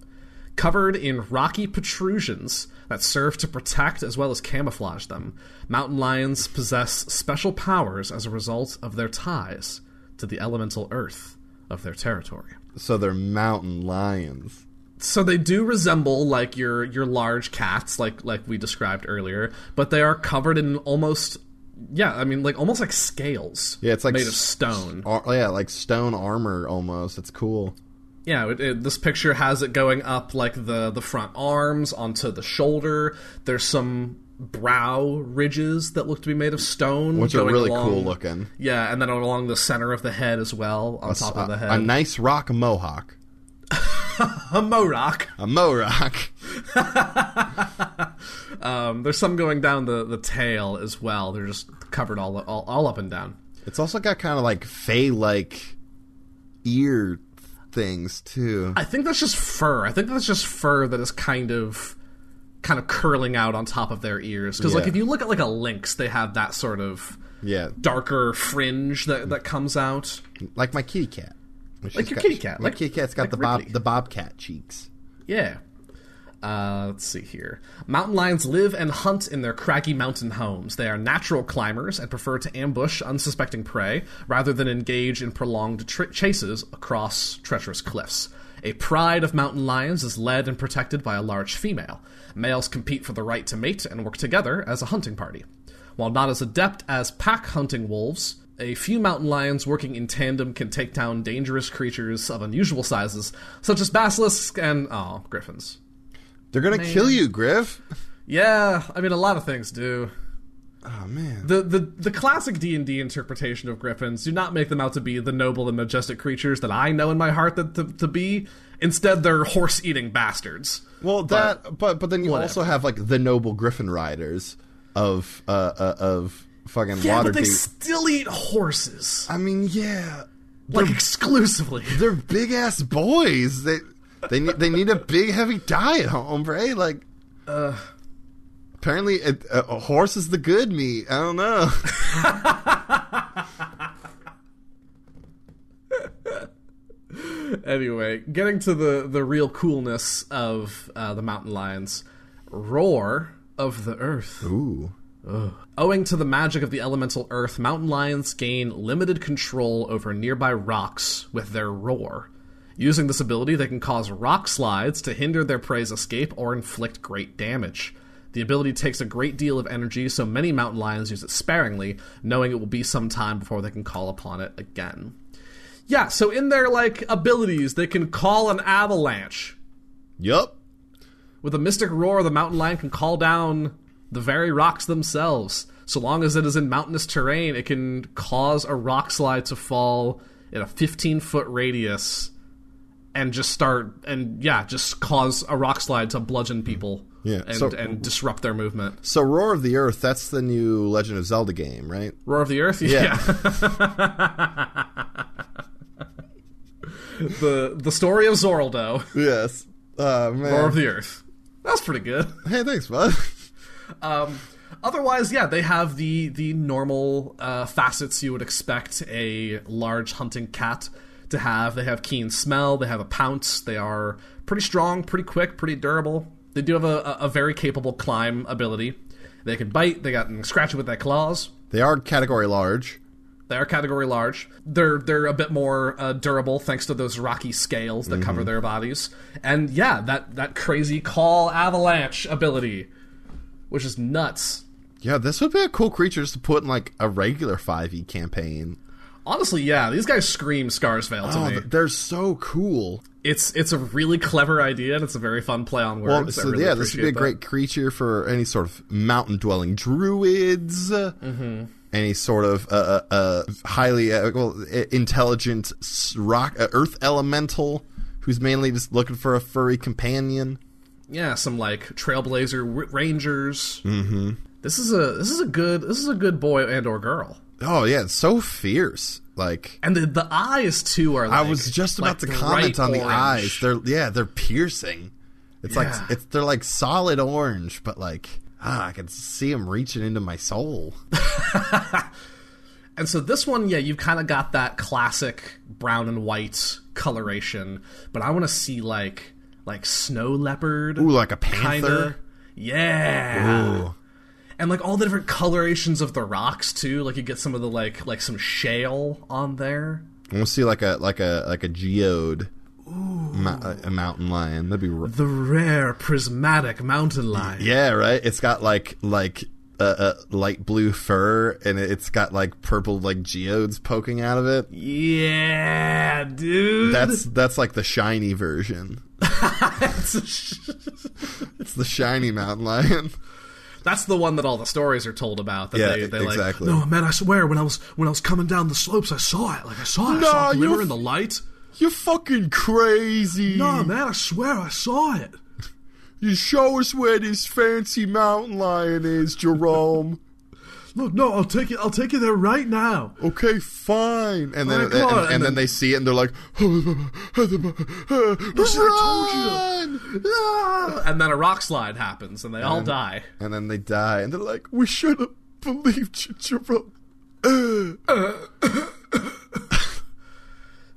Covered in rocky protrusions that serve to protect as well as camouflage them, mountain lions possess special powers as a result of their ties to the elemental earth of their territory.
So they're mountain lions.
So they do resemble like your your large cats, like like we described earlier, but they are covered in almost yeah, I mean like almost like scales.
Yeah, it's like
made of
s-
stone.
Ar- yeah, like stone armor almost. It's cool.
Yeah, it, it, this picture has it going up like the the front arms onto the shoulder. There's some brow ridges that look to be made of stone,
Which are
going
really
along-
cool looking.
Yeah, and then along the center of the head as well, on top
A,
of the head.
a nice rock mohawk.
a Morok.
A mohawk. [laughs]
Um, there's some going down the, the tail as well. They're just covered all, all all up and down.
It's also got kind of like fey like ear things too.
I think that's just fur. I think that's just fur that is kind of kind of curling out on top of their ears. Because like
Yeah.
if you look at like a lynx, they have that sort of
yeah,
darker fringe that, that comes out.
like my kitty cat. She's
Like your
got-
kitty cat,
My
like-
kitty cat's got
like
the bob
Ripley.
the bobcat cheeks.
Yeah. Uh, let's see here. Mountain lions live and hunt in their craggy mountain homes. They are natural climbers and prefer to ambush unsuspecting prey rather than engage in prolonged tr- chases across treacherous cliffs. A pride of mountain lions is led and protected by a large female. Males compete for the right to mate and work together as a hunting party. While not as adept as pack hunting wolves, a few mountain lions working in tandem can take down dangerous creatures of unusual sizes, such as basilisks and, oh, griffins.
They're gonna kill you, Griff.
Yeah, I mean, a lot of things do.
Oh man.
The, the, the classic D&D interpretation of griffins do not make them out to be the noble and majestic creatures that I know in my heart that to, to be. Instead, they're horse-eating bastards.
Well, that. But but then you also have like the noble Griffin riders of uh, uh of fucking
Yeah, but they
Waterdeep.
still eat horses.
I mean, yeah,
Like, exclusively. [laughs]
they're big ass boys. They they need they need a big heavy diet, hombre. Like, apparently, it, a, a horse is the good meat. I don't know. [laughs]
anyway, getting to the the real coolness of uh, the mountain lions, roar of the earth.
Ooh.
Owing to the magic of the elemental earth, mountain lions gain limited control over nearby rocks with their roar. Using this ability, they can cause rock slides to hinder their prey's escape or inflict great damage. The ability takes a great deal of energy, so many mountain lions use it sparingly, knowing it will be some time before they can call upon it again. Yeah, so in their like abilities, they can call an avalanche.
Yup.
With a mystic roar, the mountain lion can call down the very rocks themselves. So long as it is in mountainous terrain, it can cause a rock slide to fall in a 15 foot radius and just start, and yeah, just cause a rock slide to bludgeon people
Yeah,
and,
so-
and disrupt their movement.
So, Roar of the Earth. That's the new Legend of Zelda game, right?
Roar of the Earth? Yeah. [laughs] the, the story of Zoraldo,
Yes. Oh man.
Roar of the Earth. That's pretty good.
hey, thanks, bud. [laughs]
Um, otherwise, yeah, they have the the normal uh, facets you would expect a large hunting cat to have. They have keen smell. They have a pounce. They are pretty strong, pretty quick, pretty durable. They do have a, a- a very capable climb ability. They can bite. They got scratch it with their claws.
They are category large.
They are category large. They're they're a bit more uh, durable thanks to those rocky scales that cover their bodies. And yeah, that that crazy call avalanche ability, which is nuts.
Yeah, this would be a cool creature just to put in like a regular 5e campaign.
Honestly, yeah, these guys scream Scarsvale to
Oh,
me.
th- they're so cool.
It's it's a really clever idea and it's a very fun play on words.
Well,
I
so
really
yeah, this would be a
appreciate
great creature for any sort of mountain dwelling druids, uh,
Mm-hmm.
any sort of uh, uh, uh, highly uh, well, i- intelligent s- rock uh, earth elemental who's mainly just looking for a furry companion.
that. Yeah, some like trailblazer w- rangers. Mm-hmm. This is a this is a good this is a good boy and or girl.
Oh yeah, it's so fierce. Like
And the, the eyes too are.
I
Like,
was just
like
about to comment
bright
on the
orange.
eyes. They're yeah, they're piercing. It's
Yeah.
like it's they're like solid orange, but like ah, I can see them reaching into my soul.
And so this one, yeah, you've kind of got that classic brown and white coloration, but I want to see like like snow leopard,
Ooh, like a
kinda.
panther.
yeah.
Ooh.
and like all the different colorations of the rocks too like you get some of the like like some shale on there
I want to see like a like a like a geode, mo- a- a mountain lion. That'd be r-
the rare prismatic mountain lion
yeah, right. It's got like like a uh, uh, light blue fur, and it- it's got like purple like geodes poking out of it.
yeah dude
That's that's like the shiny version. It's the shiny mountain lion. [laughs]
that's the one that all the stories are told about that
Yeah,
they, they
exactly.
like no man i swear when i was when i was coming down the slopes i saw it like i saw it I
Nah,
saw it
you
glimmer
f-
in the light
You're fucking crazy.
no man i swear i saw it
You show us where this fancy mountain lion is, Jerome.
look no i'll take you i'll take you there right now
okay, fine. And then
Alright,
and,
come on,
and
and
then
then-
they see it and they're like, [laughs]
Listen, I
Run! Ah!
and then a rock slide happens and they all die
And then they die, and they're like, "We should have believed you, Jerome."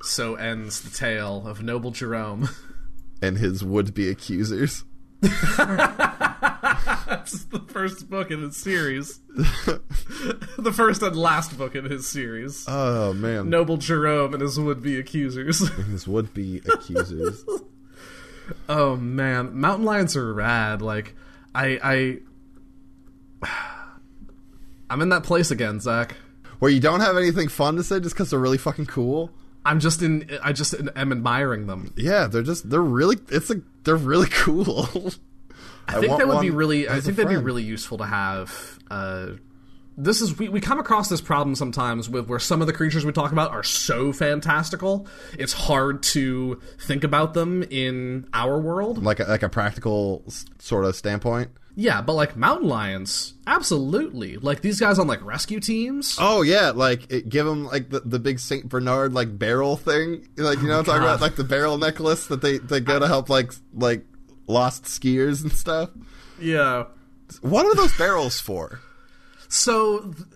so ends the tale of noble jerome [laughs]
And his would-be accusers. [laughs]
That's [laughs] the first book in his series. [laughs] the first and last book in his series.
Oh man,
Noble Jerome and his would-be accusers. [laughs]
His would-be accusers.
oh man, mountain lions are rad. Like, I, I, [sighs] I'm in that place again, Zach.
Where you don't have anything fun to say just because they're really fucking cool.
I'm just in. I just am admiring them.
Yeah, they're just they're really. It's like they're really cool. [laughs]
I, think that would be really. I think that'd be really useful to have. Uh, this is we, we come across this problem sometimes with where some of the creatures we talk about are so fantastical it's hard to think about them in our world
like a, like a practical s- sort of standpoint.
yeah but like mountain lions absolutely like these guys on like rescue teams
Oh yeah, like it, give them like the, the big Saint Bernard like barrel thing, like you know what I'm talking
God.
about, like the barrel necklace that they they go to help like like lost skiers and stuff.
yeah
What are those barrels for?
so th-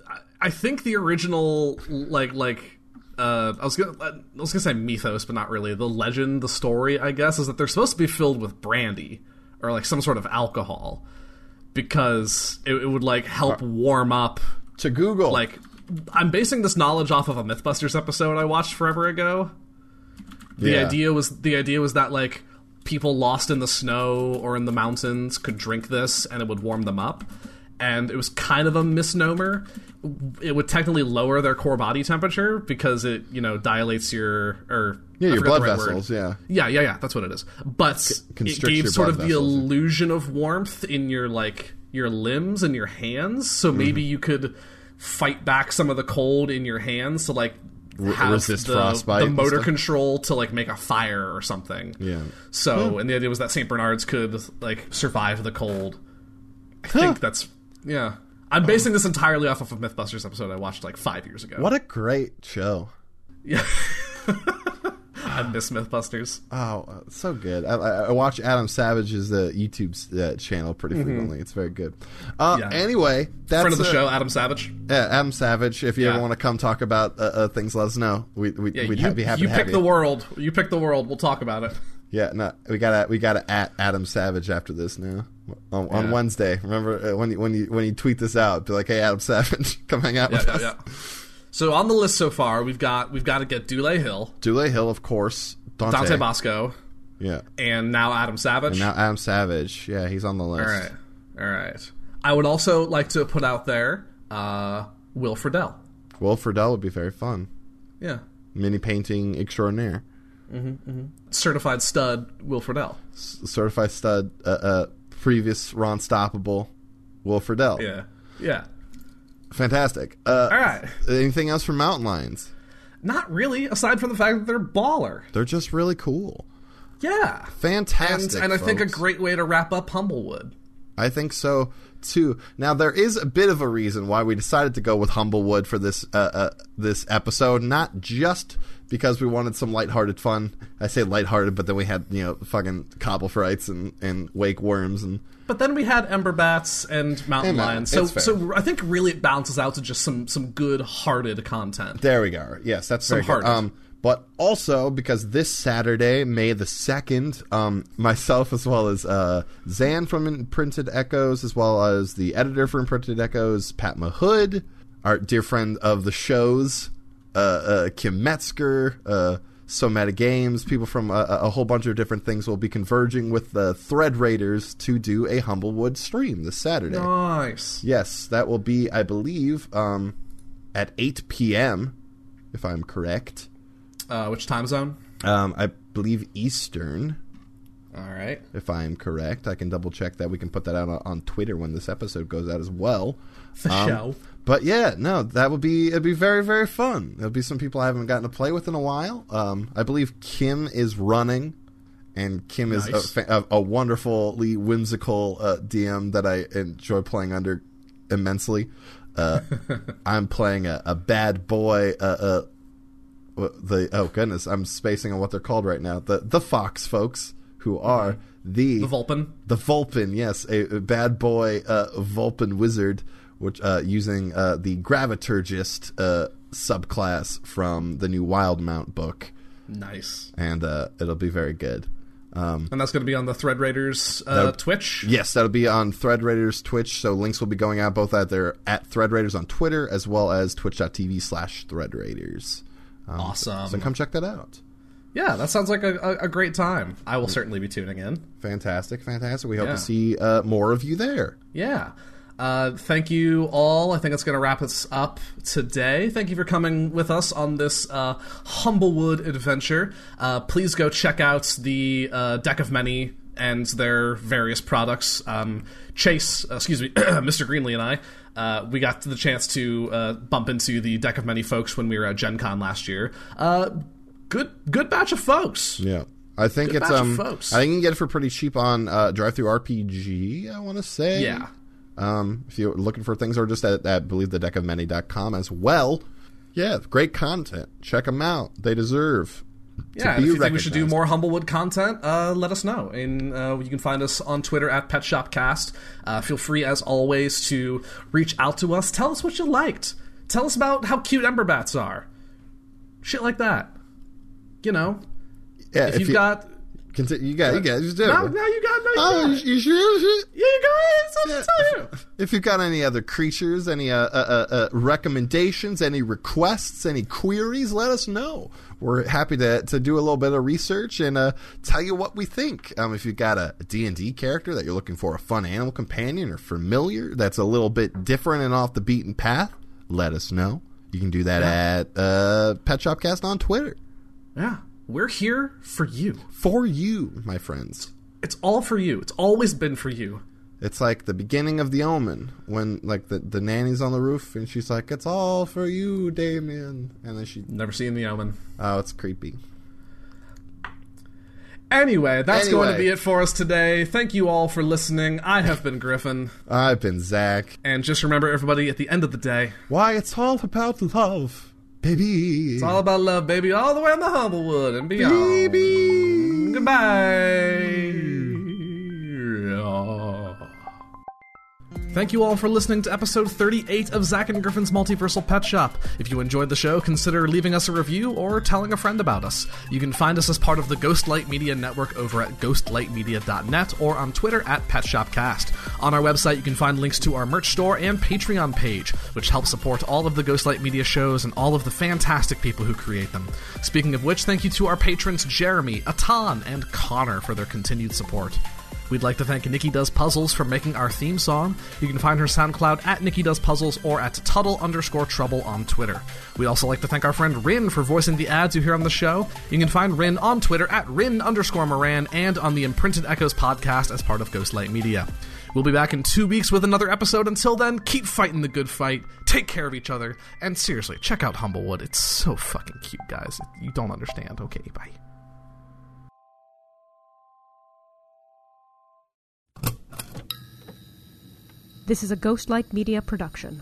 i think the original like like uh, I was gonna I was gonna say mythos, but not really. The legend, the story, I guess, is that they're supposed to be filled with brandy or like some sort of alcohol because it, it would like help warm up.
To Google,
Like, I'm basing this knowledge off of a MythBusters episode I watched forever ago. The
Yeah.
idea was the idea was that like people lost in the snow or in the mountains could drink this and it would warm them up. And it was kind of a misnomer. It would technically lower their core body temperature because it, you know, dilates your or
yeah,
I
your
forget the
blood
right word.
vessels, yeah.
Yeah, yeah, yeah. That's what it is. But it
constricts
gave
your
sort
blood
of the
vessels.
illusion of warmth in your like your limbs and your hands. So
Mm-hmm.
maybe you could fight back some of the cold in your hands to like have
resist
the,
frostbite
the
and
motor
stuff.
control to like make a fire or something.
Yeah. Hmm.
So and the idea was that Saint Bernards could like survive the cold. I think that's yeah.
Oh.
I'm basing this entirely off of a MythBusters episode I watched like five years ago.
What a great show.
I miss MythBusters.
Oh, uh, so good. I, I I watch Adam Savage's uh, YouTube uh, channel pretty frequently. It's very good. Uh,
Mm-hmm. Yeah.
Anyway, that's
Friend of the
uh,
show, Adam Savage.
Yeah, Adam Savage. If you ever
Yeah.
want to come talk about uh, uh, things, let us know. We, we,
Yeah,
we'd
you,
ha- be happy
you
to
pick
have
the
you.
world. You pick the world. We'll talk about it.
Yeah, no, we gotta we gotta at Adam Savage after this now on, on
Yeah.
Wednesday. Remember uh, when you, when you when you tweet this out, be like, hey, Adam Savage, [laughs] come hang out
Yeah,
with
yeah,
us.
yeah. So on the list so far, we've got we've got to get Dule Hill,
Dule Hill, of course. Dante.
Dante Bosco,
Yeah.
and now Adam Savage.
Now Adam Savage. Yeah, he's on the list.
all right, all right. I would also like to put out there uh, Will Friedle.
Will Friedle would be very fun.
Yeah,
Mini painting extraordinaire.
certified stud Will Friedle.
S- certified stud. Uh, uh, previous Ron Stoppable. Will Friedle.
Yeah, yeah.
Fantastic. Uh,
All right.
Anything else from Mountain Lions?
Not really, aside from the fact that they're baller.
They're just really cool.
Yeah. And,
Fantastic.
and I think a
folks.
great way to wrap up Humblewood.
I think so too. Now there is a bit of a reason why we decided to go with Humblewood for this uh, uh, this episode, not just because we wanted some lighthearted fun. I say lighthearted, but then we had you know fucking cobble frights and and wake worms and
But then we had Ember Bats and Mountain
And Mountain-
Lions, so
it's fair.
so I think really it balances out to just some some good hearted content.
There we go. Yes, that's very
hard.
good. Um, but also because this Saturday, May the second, um, myself as well as uh, Zan from Imprinted Echoes, as well as the editor for Imprinted Echoes, Pat Mahood, our dear friend of the shows, uh, uh, Kim Metzger, uh, Somata Games, people from uh, a, a whole bunch of different things will be converging with the Thread Raiders to do a Humblewood stream this Saturday.
Nice.
Yes, that will be, I believe, um, at 8 p.m., if I'm correct.
Uh, which time zone?
Um, I believe Eastern,
All right.
if I'm correct. I can double check that. We can put that out on, on Twitter when this episode goes out as well.
The show.
But yeah, no, that would be it'd be very very fun. There'll be some people I haven't gotten to play with in a while. Um, I believe Kim is running, and Kim
Nice.
is a, fa- a, a wonderfully whimsical uh, DM that I enjoy playing under immensely.
[laughs]
Uh, I'm playing a, a bad boy. Uh, uh, w- the oh goodness, I'm spacing on what they're called right now. The the fox folks who are the
Mm-hmm. The Vulpin.
the Vulpin, yes, a, a bad boy uh, Vulpin wizard, which uh, using uh, the Graviturgist uh, subclass from the new Wildmount book,
Nice.
and uh, it'll be very good.
and that's going to be on the Thread Raiders uh, Twitch.
Yes, that'll be on Thread Raiders Twitch. So links will be going out both at their at Thread Raiders on Twitter as well as twitch.tv slash Thread Raiders.
awesome.
So come check that out.
yeah, that sounds like a, a, a great time. I will certainly be tuning in.
Fantastic, fantastic. We hope
Yeah.
to see uh, more of you there.
Yeah. Uh, thank you all. I think that's going to wrap us up today. Thank you for coming with us on this uh, Humblewood adventure. Uh, please go check out the uh, Deck of Many and their various products. Um, Chase, uh, excuse me, [clears throat] Mr. Greenlee and I, uh, we got the chance to uh, bump into the Deck of Many folks when we were at Gen Con last year. Uh, good, good batch of folks.
Yeah. I think it's
batch of
um
folks.
I think you can get it for pretty cheap on uh drive through RPG, I wanna say.
Yeah.
Um if you're looking for things or just at, at believe the deck of many.com as well. Yeah, great content. Check them out. They deserve
yeah,
be
and if you think we should do
recognized.
more Humblewood content, uh, let us know. And uh, you can find us on Twitter at Pet Shop Cast. Uh, feel free, as always, to reach out to us. Tell us what you liked. Tell us about how cute Ember Bats are. Shit like that. You know,
Yeah,
if, you've got.
conti- you got you guys just do
Now,
it.
now you got. Now you
Oh,
got.
you, you sure? you sure?
Yeah, you got it. That's what I'm telling you.
If you've got any other creatures, any uh, uh, uh, uh, recommendations, any requests, any queries, let us know. We're happy to, to do a little bit of research and uh, tell you what we think. Um, if you've got a D&D character that you're looking for, a fun animal companion or familiar that's a little bit different and off the beaten path, let us know. You can do that at uh, Pet Shop Cast on Twitter.
Yeah, we're here for you.
For you, my friends.
It's all for you. It's always been for you.
It's like the beginning of the omen when like the, the nanny's on the roof and she's like, It's all for you, Damien and then she
Never seen the omen.
Oh, it's creepy.
Anyway, that's going to
Anyway.
be it for us today. Thank you all for listening. I have been Griffin.
I've been Zach.
And just remember, everybody, at the end of the day,
Why it's all about love, baby.
all about love, baby, all the way on the Humblewood and beyond.
baby.
Goodbye. Thank you all for listening to episode 38 of Zack and Griffin's Multiversal Pet Shop. If you enjoyed the show, consider leaving us a review or telling a friend about us. You can find us as part of the Ghostlight Media Network over at ghostlightmedia.net or on Twitter at PetShopCast. On our website, you can find links to our merch store and Patreon page, which helps support all of the Ghostlight Media shows and all of the fantastic people who create them. Speaking of which, thank you to our patrons Jeremy, Atan, and Connor for their continued support. We'd like to thank Nikki Does Puzzles for making our theme song. You can find her SoundCloud at Nikki Does Puzzles or at Tuttle underscore Trouble on Twitter. We'd also like to thank our friend Rin for voicing the ads you hear on the show. You can find Rin on Twitter at Rin underscore Moran and on the Imprinted Echoes podcast as part of Ghostlight Media. We'll be back in two weeks with another episode. Until then, keep fighting the good fight, take care of each other, and seriously, check out Humblewood. It's so fucking cute, guys. You don't understand. Okay, bye.
This is a Ghostlight Media production.